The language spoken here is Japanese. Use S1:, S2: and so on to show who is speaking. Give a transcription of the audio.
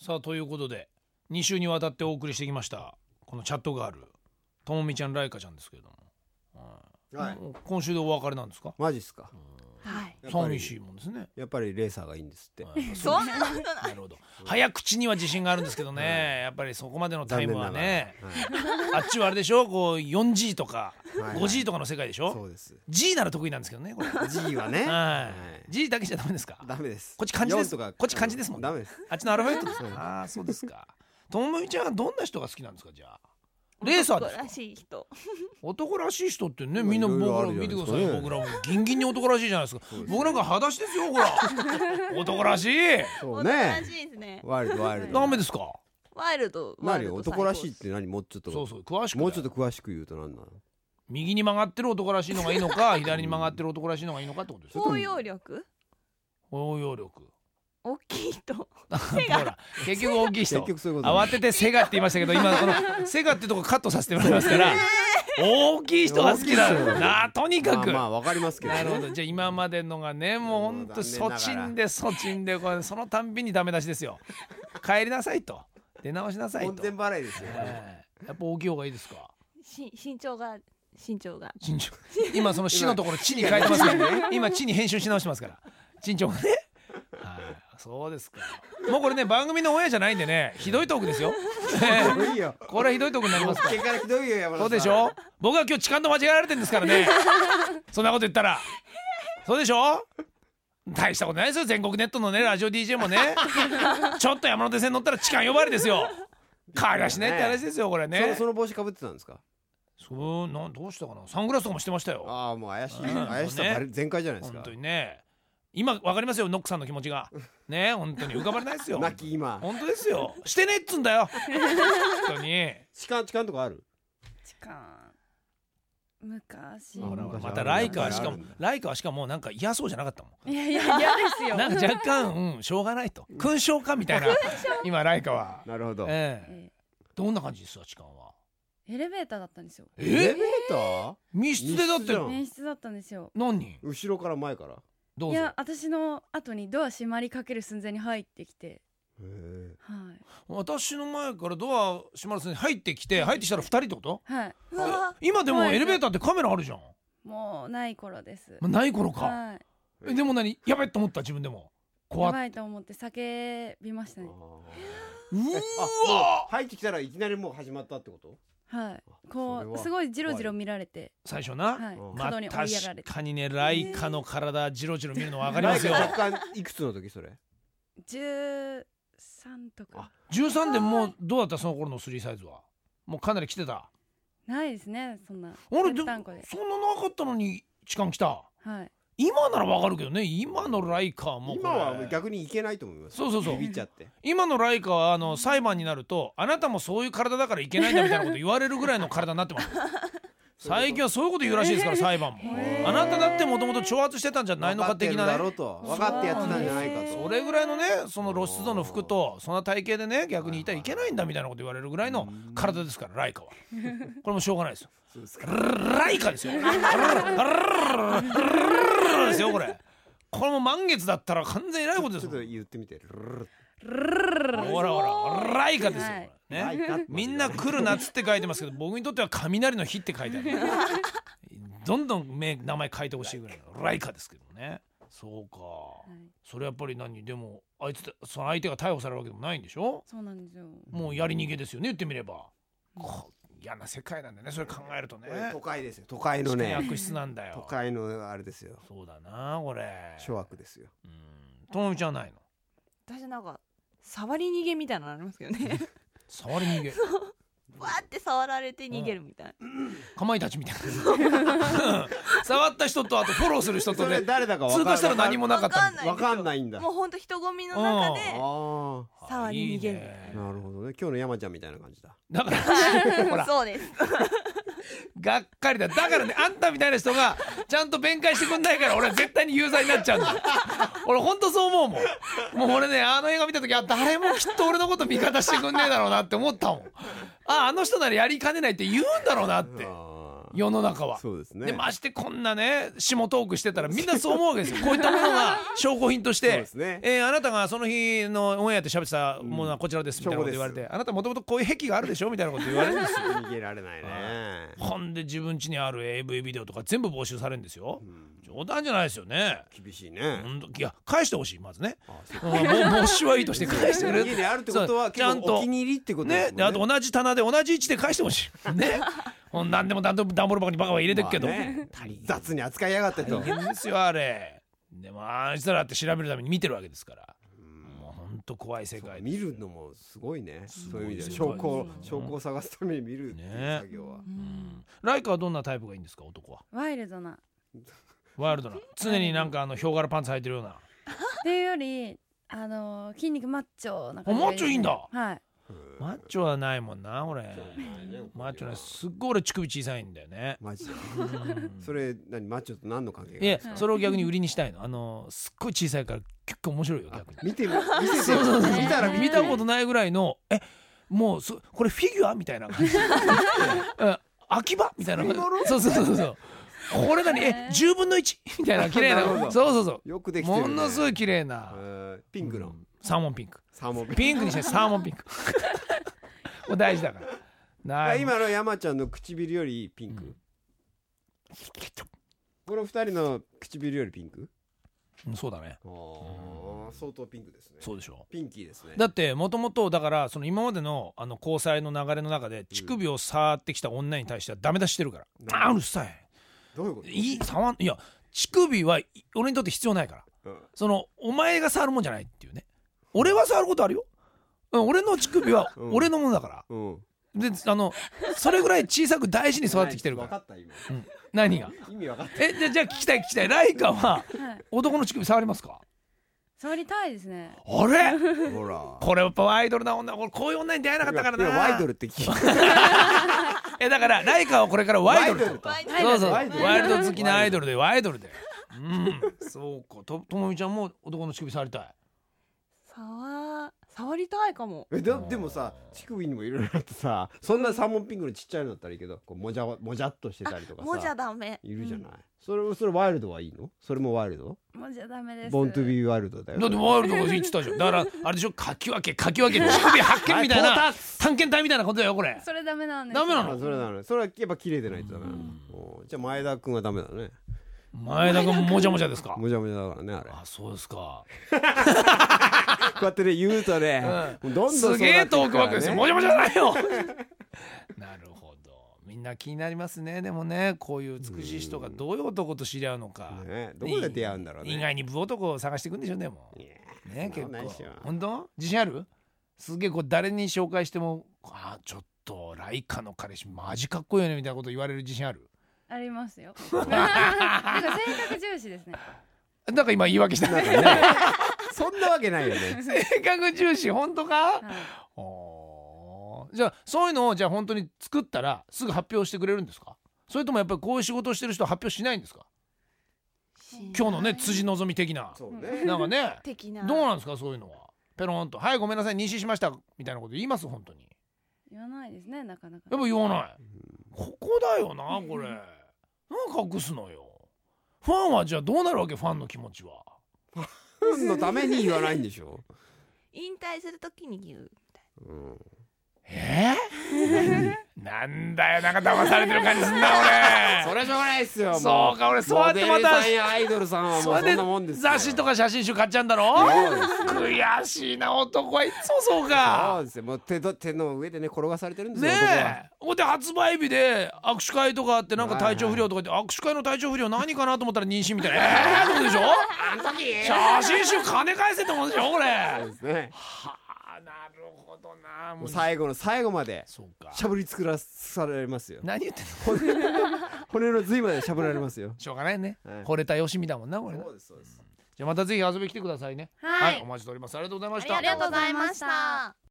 S1: さあということで2週にわたってお送りしてきましたこのチャットガールともみちゃんライカちゃんですけれども、
S2: はい。
S1: もう今週でお別れなんですか
S2: マジっすか。
S3: はい。
S2: やっぱり
S1: 寂しいもんですね
S2: やっぱりレーサーがいいんですって。
S1: やっぱ
S3: そんなことない。
S1: なるほど早口には自信があるんですけどね、やっぱりそこまでのタイムはね
S2: 残
S1: あっちはあれでしょこう 4G とか
S2: はい
S1: 5G とかの世界でしょ、
S2: そうです。
S1: G なら得意なんですけどねこれ
S2: G はね。
S1: は
S2: はい
S1: い G だけじゃダメですか
S2: ダメです。
S1: こっち漢字です
S2: 四とか
S1: こっち漢字ですもんね
S2: ダメです。
S1: あっちのアルファベットです
S2: そうです
S1: かああそうですかともみちゃんはどんな人が好きなんですかじゃあレーサーです
S3: 男
S1: から
S3: しい人。
S1: 男らしい人ってね
S2: まあ
S1: みんない
S2: ろいろ
S1: 僕
S2: あ
S1: ら
S2: るじゃな
S1: 見
S2: い
S1: て
S2: で
S1: くださ
S2: すかね
S1: いよ僕らもギンギンに男らしいじゃないですか
S2: そうですね
S1: 僕なんか裸足ですよほら 男らしい
S2: そう
S3: 男らし
S2: ね。
S3: いですね。
S2: ワイルドワイルド。
S1: ダメですか
S3: ワイルド。ワイ
S2: 何
S3: ルド
S2: 男らしいって何もうちょっと
S1: そうそう詳しくね
S2: もうちょっと詳しく言うと何なの。
S1: 右に曲がってる男らしいのがいいの か左に曲がってる男らしいのがいいのかってことです
S3: 最
S1: よ
S3: 高。包容力。
S1: 包容力
S3: 大きい 人。
S1: ほら結局大きい
S2: 結
S1: 人
S2: 局そういうこと。
S1: 慌ててセガって言いましたけど今このセガってとこカットさせてもらいますから 大きい人が好きだ
S2: 大きい人が
S1: なとにか
S2: まあ
S1: く
S2: まあわかりますけど
S1: な
S2: ね。
S1: るほどじゃあ今までのがねもうほんとそちんでそちんでこれそのたんびにダメ出しですよ帰りなさいと出直しなさい
S2: 本
S1: と、
S2: 店払いですよ。
S1: ええやっぱ大きい方がいいですか
S3: し身長が。身長が。
S1: 身長今その「死」のところ「地」に変えてますから今「地」に編集し直してますから身長がねはいそうですかもうこれね番組のオンエアじゃないんでねひどいトークですよ
S2: もういいよ。
S1: これはひどいトークになりますから
S2: 結果ひどいよ山
S1: そ
S2: 田さ。
S1: うんでしょ僕は今日痴漢と間違えられてるんですからねそんなこと言ったらそうでしょ大したことないですよ全国ネットのねラジオ DJ もねちょっと山手線乗ったら痴漢呼ばわりですよ帰らしねって話ですよこれ
S2: そ
S1: ね
S2: のその帽子かぶってたんですか。
S1: そうなんどうしたかなサングラスとかもしてましたよ
S2: ああもう怪しい
S1: うん
S2: 怪しさバレ全開じゃないです
S1: 本
S2: か
S1: 当。にね今わかりますよノックさんの気持ちがね本当に浮かばれないですよ
S2: 泣き今。
S1: 本当ですよしてねっつうんだ よ本当に
S2: 痴 漢痴漢とかある。
S3: 時間。昔。
S2: ほらほら
S1: またライカはしか
S2: あ
S1: も
S2: るんだ
S1: ライカはしかもなんか嫌そうじゃなかったもん
S3: いやいや、嫌です よ。
S1: なんか若干、うん、しょうがないと勲章かみたいな今ライカは、
S2: なるほど。エ
S1: ええ
S4: え
S1: どんな感じですか痴漢は
S4: ーエレベーターだったんですよ
S2: レベー
S1: え
S2: ター？
S1: 密室でだっ
S2: 密室
S1: て
S2: じゃん
S4: 演出だったんですよ
S1: 何人
S2: 後ろから前から。
S1: ど
S4: いう
S1: ぞ
S4: や私の後にドア閉まりかける寸前に入ってきて
S2: へえ
S4: はい
S1: 私の前からドア閉まるすに入ってきて入ってきたら2人ってこと
S4: はい
S3: わ
S1: 今でも
S4: はい
S1: エレベーターってカメラあるじゃん、
S4: もうない頃です
S1: まあない頃か
S4: はい
S1: えでも何やべって思った自分でも怖
S4: や
S1: っ
S4: ばいと思って叫びました
S2: あ
S4: ね
S1: う
S2: ー
S1: ー
S2: えあも
S1: わ
S2: う入ってきたらいきなりもう始まったってこと？
S4: はい
S2: あそれ
S4: こ
S2: は
S4: うすごいジロジロ見られて
S1: 最初な、
S4: はい
S2: うん
S1: まあ
S4: 角に追いやら
S1: 確
S4: れて
S1: かにねライカの体ジロジロ見るの分かり
S2: ラ
S1: ま
S2: イ
S1: す
S2: カ
S1: よ
S2: 若干いくつの時それ？
S4: 13とか
S1: 13でもうどうだったその頃のスリーサイズはもうかなり来てた
S4: ないですねそんな
S1: 俺で
S4: ぺ
S1: も
S4: ったんこで
S1: そんななかったのに痴漢来た
S4: はい
S1: 今ならわかるけどね今のライカーもこれ
S2: 今はもう逆にいけないと思います。
S1: そうそうそう
S2: ビビっちゃって。
S1: 今のライカはあの裁判になるとあなたもそういう体だからいけないんだみたいなこと言われるぐらいの体になってます 最近はそういうこと言うらしいですから裁判も
S4: へー
S1: あなただってもともと挑発してたんじゃないのか的な
S2: 分かってるだ
S1: ね
S2: ろうと分かってやってたんじゃないかと。
S1: それぐらいのねその露出度の服とそんな体型でね逆にいたらいけないんだみたいなこと言われるぐらいの体ですからライカ はこれもしょうがないですよ
S2: そうですか。
S1: ライカですよ。ですよこれ。これも満月だったら完全に偉いことです
S2: ち
S1: よ
S2: ょっ。と言ってみて。
S1: ほらほらライカですよ。これ
S2: ライ
S1: ね。
S2: カって
S1: みんな来る夏って書いてますけど、僕にとっては雷の日って書いてある。どんどん名名前書いてほしいぐらいのライカですけどね。そうか。
S4: はい
S1: それやっぱり何でもあいつってその相手が逮捕されるわけでもないんでしょ。
S4: そうなんですよ
S1: もうやり逃げですよね言ってみれば。こ嫌な世界なんだねそれ考えるとね
S2: こ。れ都会ですよ。都会の
S1: 地下
S2: ね。
S1: に悪質なんだ
S2: 都
S1: よ。
S2: 会のあれですよ。
S1: そうだなこれ。
S2: 諸悪ですよ。
S1: うんともみちゃんはないの
S3: 私なんか。触り逃げみたいなのありますけどね。
S1: 触り逃げ
S3: わーって触られて逃げるみたいな。
S1: かまいたちみたいな触った人とあとフォローする人と
S2: それ
S1: ね
S2: 誰だか
S1: 通過したら何も
S2: も
S1: なかったみたい
S2: わかんないんだ。
S3: もうほんと人混みの中で
S2: ああ
S3: 触り逃げる
S1: いいね
S2: ー、なるほどね。今日の山ちゃんみたいな感じだ。
S1: だから ほら
S3: そうです
S1: がっかりだだからねあんたみたいな人がちゃんと弁解してくんないから俺は絶対に有罪になっちゃうんだ俺ほんとそう思うもんもう俺ねあの映画見た時あ誰もきっと俺のこと味方してくんねえだろうなって思ったもんああの人ならやりかねないって言うんだろうなって
S2: あ
S1: 世の中は。
S2: そうですね
S1: でましてこんなね下トークしてたらみんなそう思うわけ ですよこういったものが証拠品とし
S2: そう
S1: て
S2: です、ね
S1: えーあなたがその日のオンエアで喋ってたものはこちらですみたいなこと言われ
S2: 証拠
S1: てあなたもともとこういう癖があるでしょみたいなこと 言われるんですよ
S2: 逃げら れないね
S1: ほんで自分家にある AV ビデオとか全部募集されるんですよ
S2: うん
S1: 冗談じゃないですよね
S2: 厳しいね
S1: ほんといや返してほしいまずね
S2: あそう
S1: うんもう募集はいいとして返してくれ
S2: 家にあるってこと
S1: そ
S2: は
S1: うちゃ
S2: 結
S1: ん
S2: 構
S1: と
S2: お気に入りってことで
S1: ね
S2: すもん
S1: であと同じ棚で同じ位置で返してほしい ねほんなんでも段ボール箱にバカは入れてくけど、
S2: まあね
S1: 大変
S2: 雑に扱いやがってと
S1: 大変ですよあれでもああしたらって調べるために見てるわけですからもうほんと怖い世界
S2: 見るのもすごいねそういう意味では
S1: そうで
S2: 証
S1: す
S2: 拠を
S1: うん
S2: 証拠を探すために見るっていう
S1: ね
S2: 作業は
S1: うんライカはどんなタイプがいいんですか男は
S4: ワイルドな。っ
S1: ワイルドな常になんかあのヒョウ柄パンツ履いてるような
S4: ていうより、あのー筋肉マッチョな感じ
S1: あマッチョいいんだ
S4: はい。
S1: マッチョはないもんな俺マッチョねすっごい俺乳首小さいんだよね
S2: マジで
S1: うん
S2: それ何マッチョと何の関係
S1: い
S2: が
S1: やそれを逆に売りにしたいのあのすっごい小さいから結構面白いよ逆に
S2: 見てる見せて
S1: そうそうそう
S2: 見たら見
S1: 見たことないぐらいのえもうそこれフィギュアみたいな 感じうん秋葉みたいな感じそうそうそうそうこれ何え10分の1みたいな綺麗
S2: なるほ
S1: な
S2: ど
S1: そうそうそう
S2: よくできてる
S1: も
S2: ね
S1: のすごい綺麗
S2: え
S1: な
S2: ーピンクの
S1: サーモンピンク
S2: サーモンピンク
S1: ピンクにしてサーモンピン クもう大事だからな
S2: 今の山ちゃんの唇よりピン
S1: う
S2: ク
S1: ん
S2: この二人の唇よりピンク
S1: うんそうだね
S2: あー相当ピンクですね
S1: そうでしょ
S2: ピンキーですね
S1: だってもともとだからその今までのあの交際の流れの中で乳首を触ってきた女に対してはダメ出ししてるから「あうるさい
S2: どういうこと
S1: いい触んいや乳首はい俺にとって必要ないから
S2: うん
S1: そのお前が触るもんじゃないっていうね俺は触ることあるよ うん俺の乳首は
S2: うん
S1: 俺のものだから、
S2: うん
S1: であのそれぐらい小さく大事に育ってきてるか
S2: 分からった今
S1: 何が
S2: 意味分かっ
S1: えじゃじゃあ聞きたい聞きたいライカは
S4: はい。
S1: 男の乳首触りますか
S4: 触りたいですね。
S1: あれ
S2: たほら
S1: これやっぱアイドルな女俺こういう女に出会えなかったからな
S2: 今ワイドルって聞いた
S1: えだからライカはこれからワイドルと
S2: ワイ
S4: ドル
S1: そうそうワ
S2: ワ
S1: イ
S2: イ
S1: ル
S2: ド
S1: ド
S2: ル
S1: 好きなアイドルでワイドルでうんそうかとともみちゃんも男の乳首触りたい
S3: 触触りたいかも
S2: えだでもさ乳首にもいろいろあってさそんなサーモンピンクのちっちゃいのだったらいいけどこうもじゃわもじゃっとしてたりとか
S3: もじゃ
S2: さ
S3: ダメ
S2: いるじゃないそれそれワイルドはいいのそれもワイルド
S4: もうじゃダメです。
S2: ボントゥビーワイルドだよ
S1: だってワイルドが言ってたじゃんだからあれでしょかき分けかき分け 乳首発見みたいな探検隊みたいなことだよこれ
S4: それダメなんです。
S1: ダメなの
S2: あそれなのそれはやっぱ綺麗でないとダメなのおうじゃあ前田君はダメだね
S1: 前田君もじゃもじゃですか
S2: もじゃもじゃだからねあれこ
S1: あそうですか
S2: うやってね言うとねどんどん
S1: すげえ遠くばっかですよも
S2: じ
S1: じゃもじゃない よなるほどみんな気になりますねでもねこういう美しい人がどういう男と知り合うのか
S2: ねどこで出会うんだろうね
S1: 意外に武男を探していくんでしょうねもうね
S2: そ
S1: 結
S2: ん
S1: 構
S2: なことないっしょ
S1: 本当自信あるすげえこう誰に紹介してもあちょっとライカの彼氏マジかっこいいよねみたいなこと言われる自信ある
S4: ありますよ。なんか性格重 視ですね。
S1: なんか今言い訳した
S2: な ん
S1: ね
S2: かね そんなわけないよね
S1: 性格重視本当か
S4: はい。
S1: おーじゃあそういうのをじゃあ本当に作ったらすぐ発表してくれるんですかそれともやっぱりこういう仕事をしてる人は発表しないんですか今日のね辻希美的な
S2: そう
S4: ね
S1: なんか ね
S3: 的な
S1: どうなんですかそういうのはペロンと「はいごめんなさい妊娠しました」みたいなこと言います本当に
S4: 言わないですね、なかなか
S1: やっ。ぱ言わないここだよなこれなんか隠すのよファンはじゃあどうなるわけファンの気持ちは
S2: 分のために言わないんで しょ
S3: 引退するときに言う
S2: うん
S1: えー、 なんだよなんか騙されてる感じすんな
S2: そ
S1: 俺
S2: れはしょうがないですよも
S1: そうか俺そうやってまた
S2: モデルさんやアイドルさんはもうそんなもんですよ
S1: 雑誌とか写真集買っちゃうんだろ
S2: そうです
S1: 悔しいな男はいつもそう
S2: そ
S1: か
S2: うですよもう手と手の上でね転がされてるんです
S1: ね
S2: よ、
S1: えここで発売日で握手会とかあってなんか体調不良とか言って握手会の体調不良何かなと思ったら妊娠み たいなええー、ことでしょ写真集金返せって思うでしょこれ
S2: 男はそうですね
S1: はあなるほどなも
S2: も
S1: う
S2: う最後の最後まで
S1: そうか
S2: しゃぶり作らされますよ
S1: 何言ってんの
S2: 骨の髄までしゃぶられますよ
S1: しょうがないね、
S2: はい
S1: 惚れたよしみだもんなこれな
S2: ですそうです
S1: じゃあまたぜひ遊びに来てくださいね
S4: はい
S1: お待ちしておりますありがとうございました
S4: ありがとうございました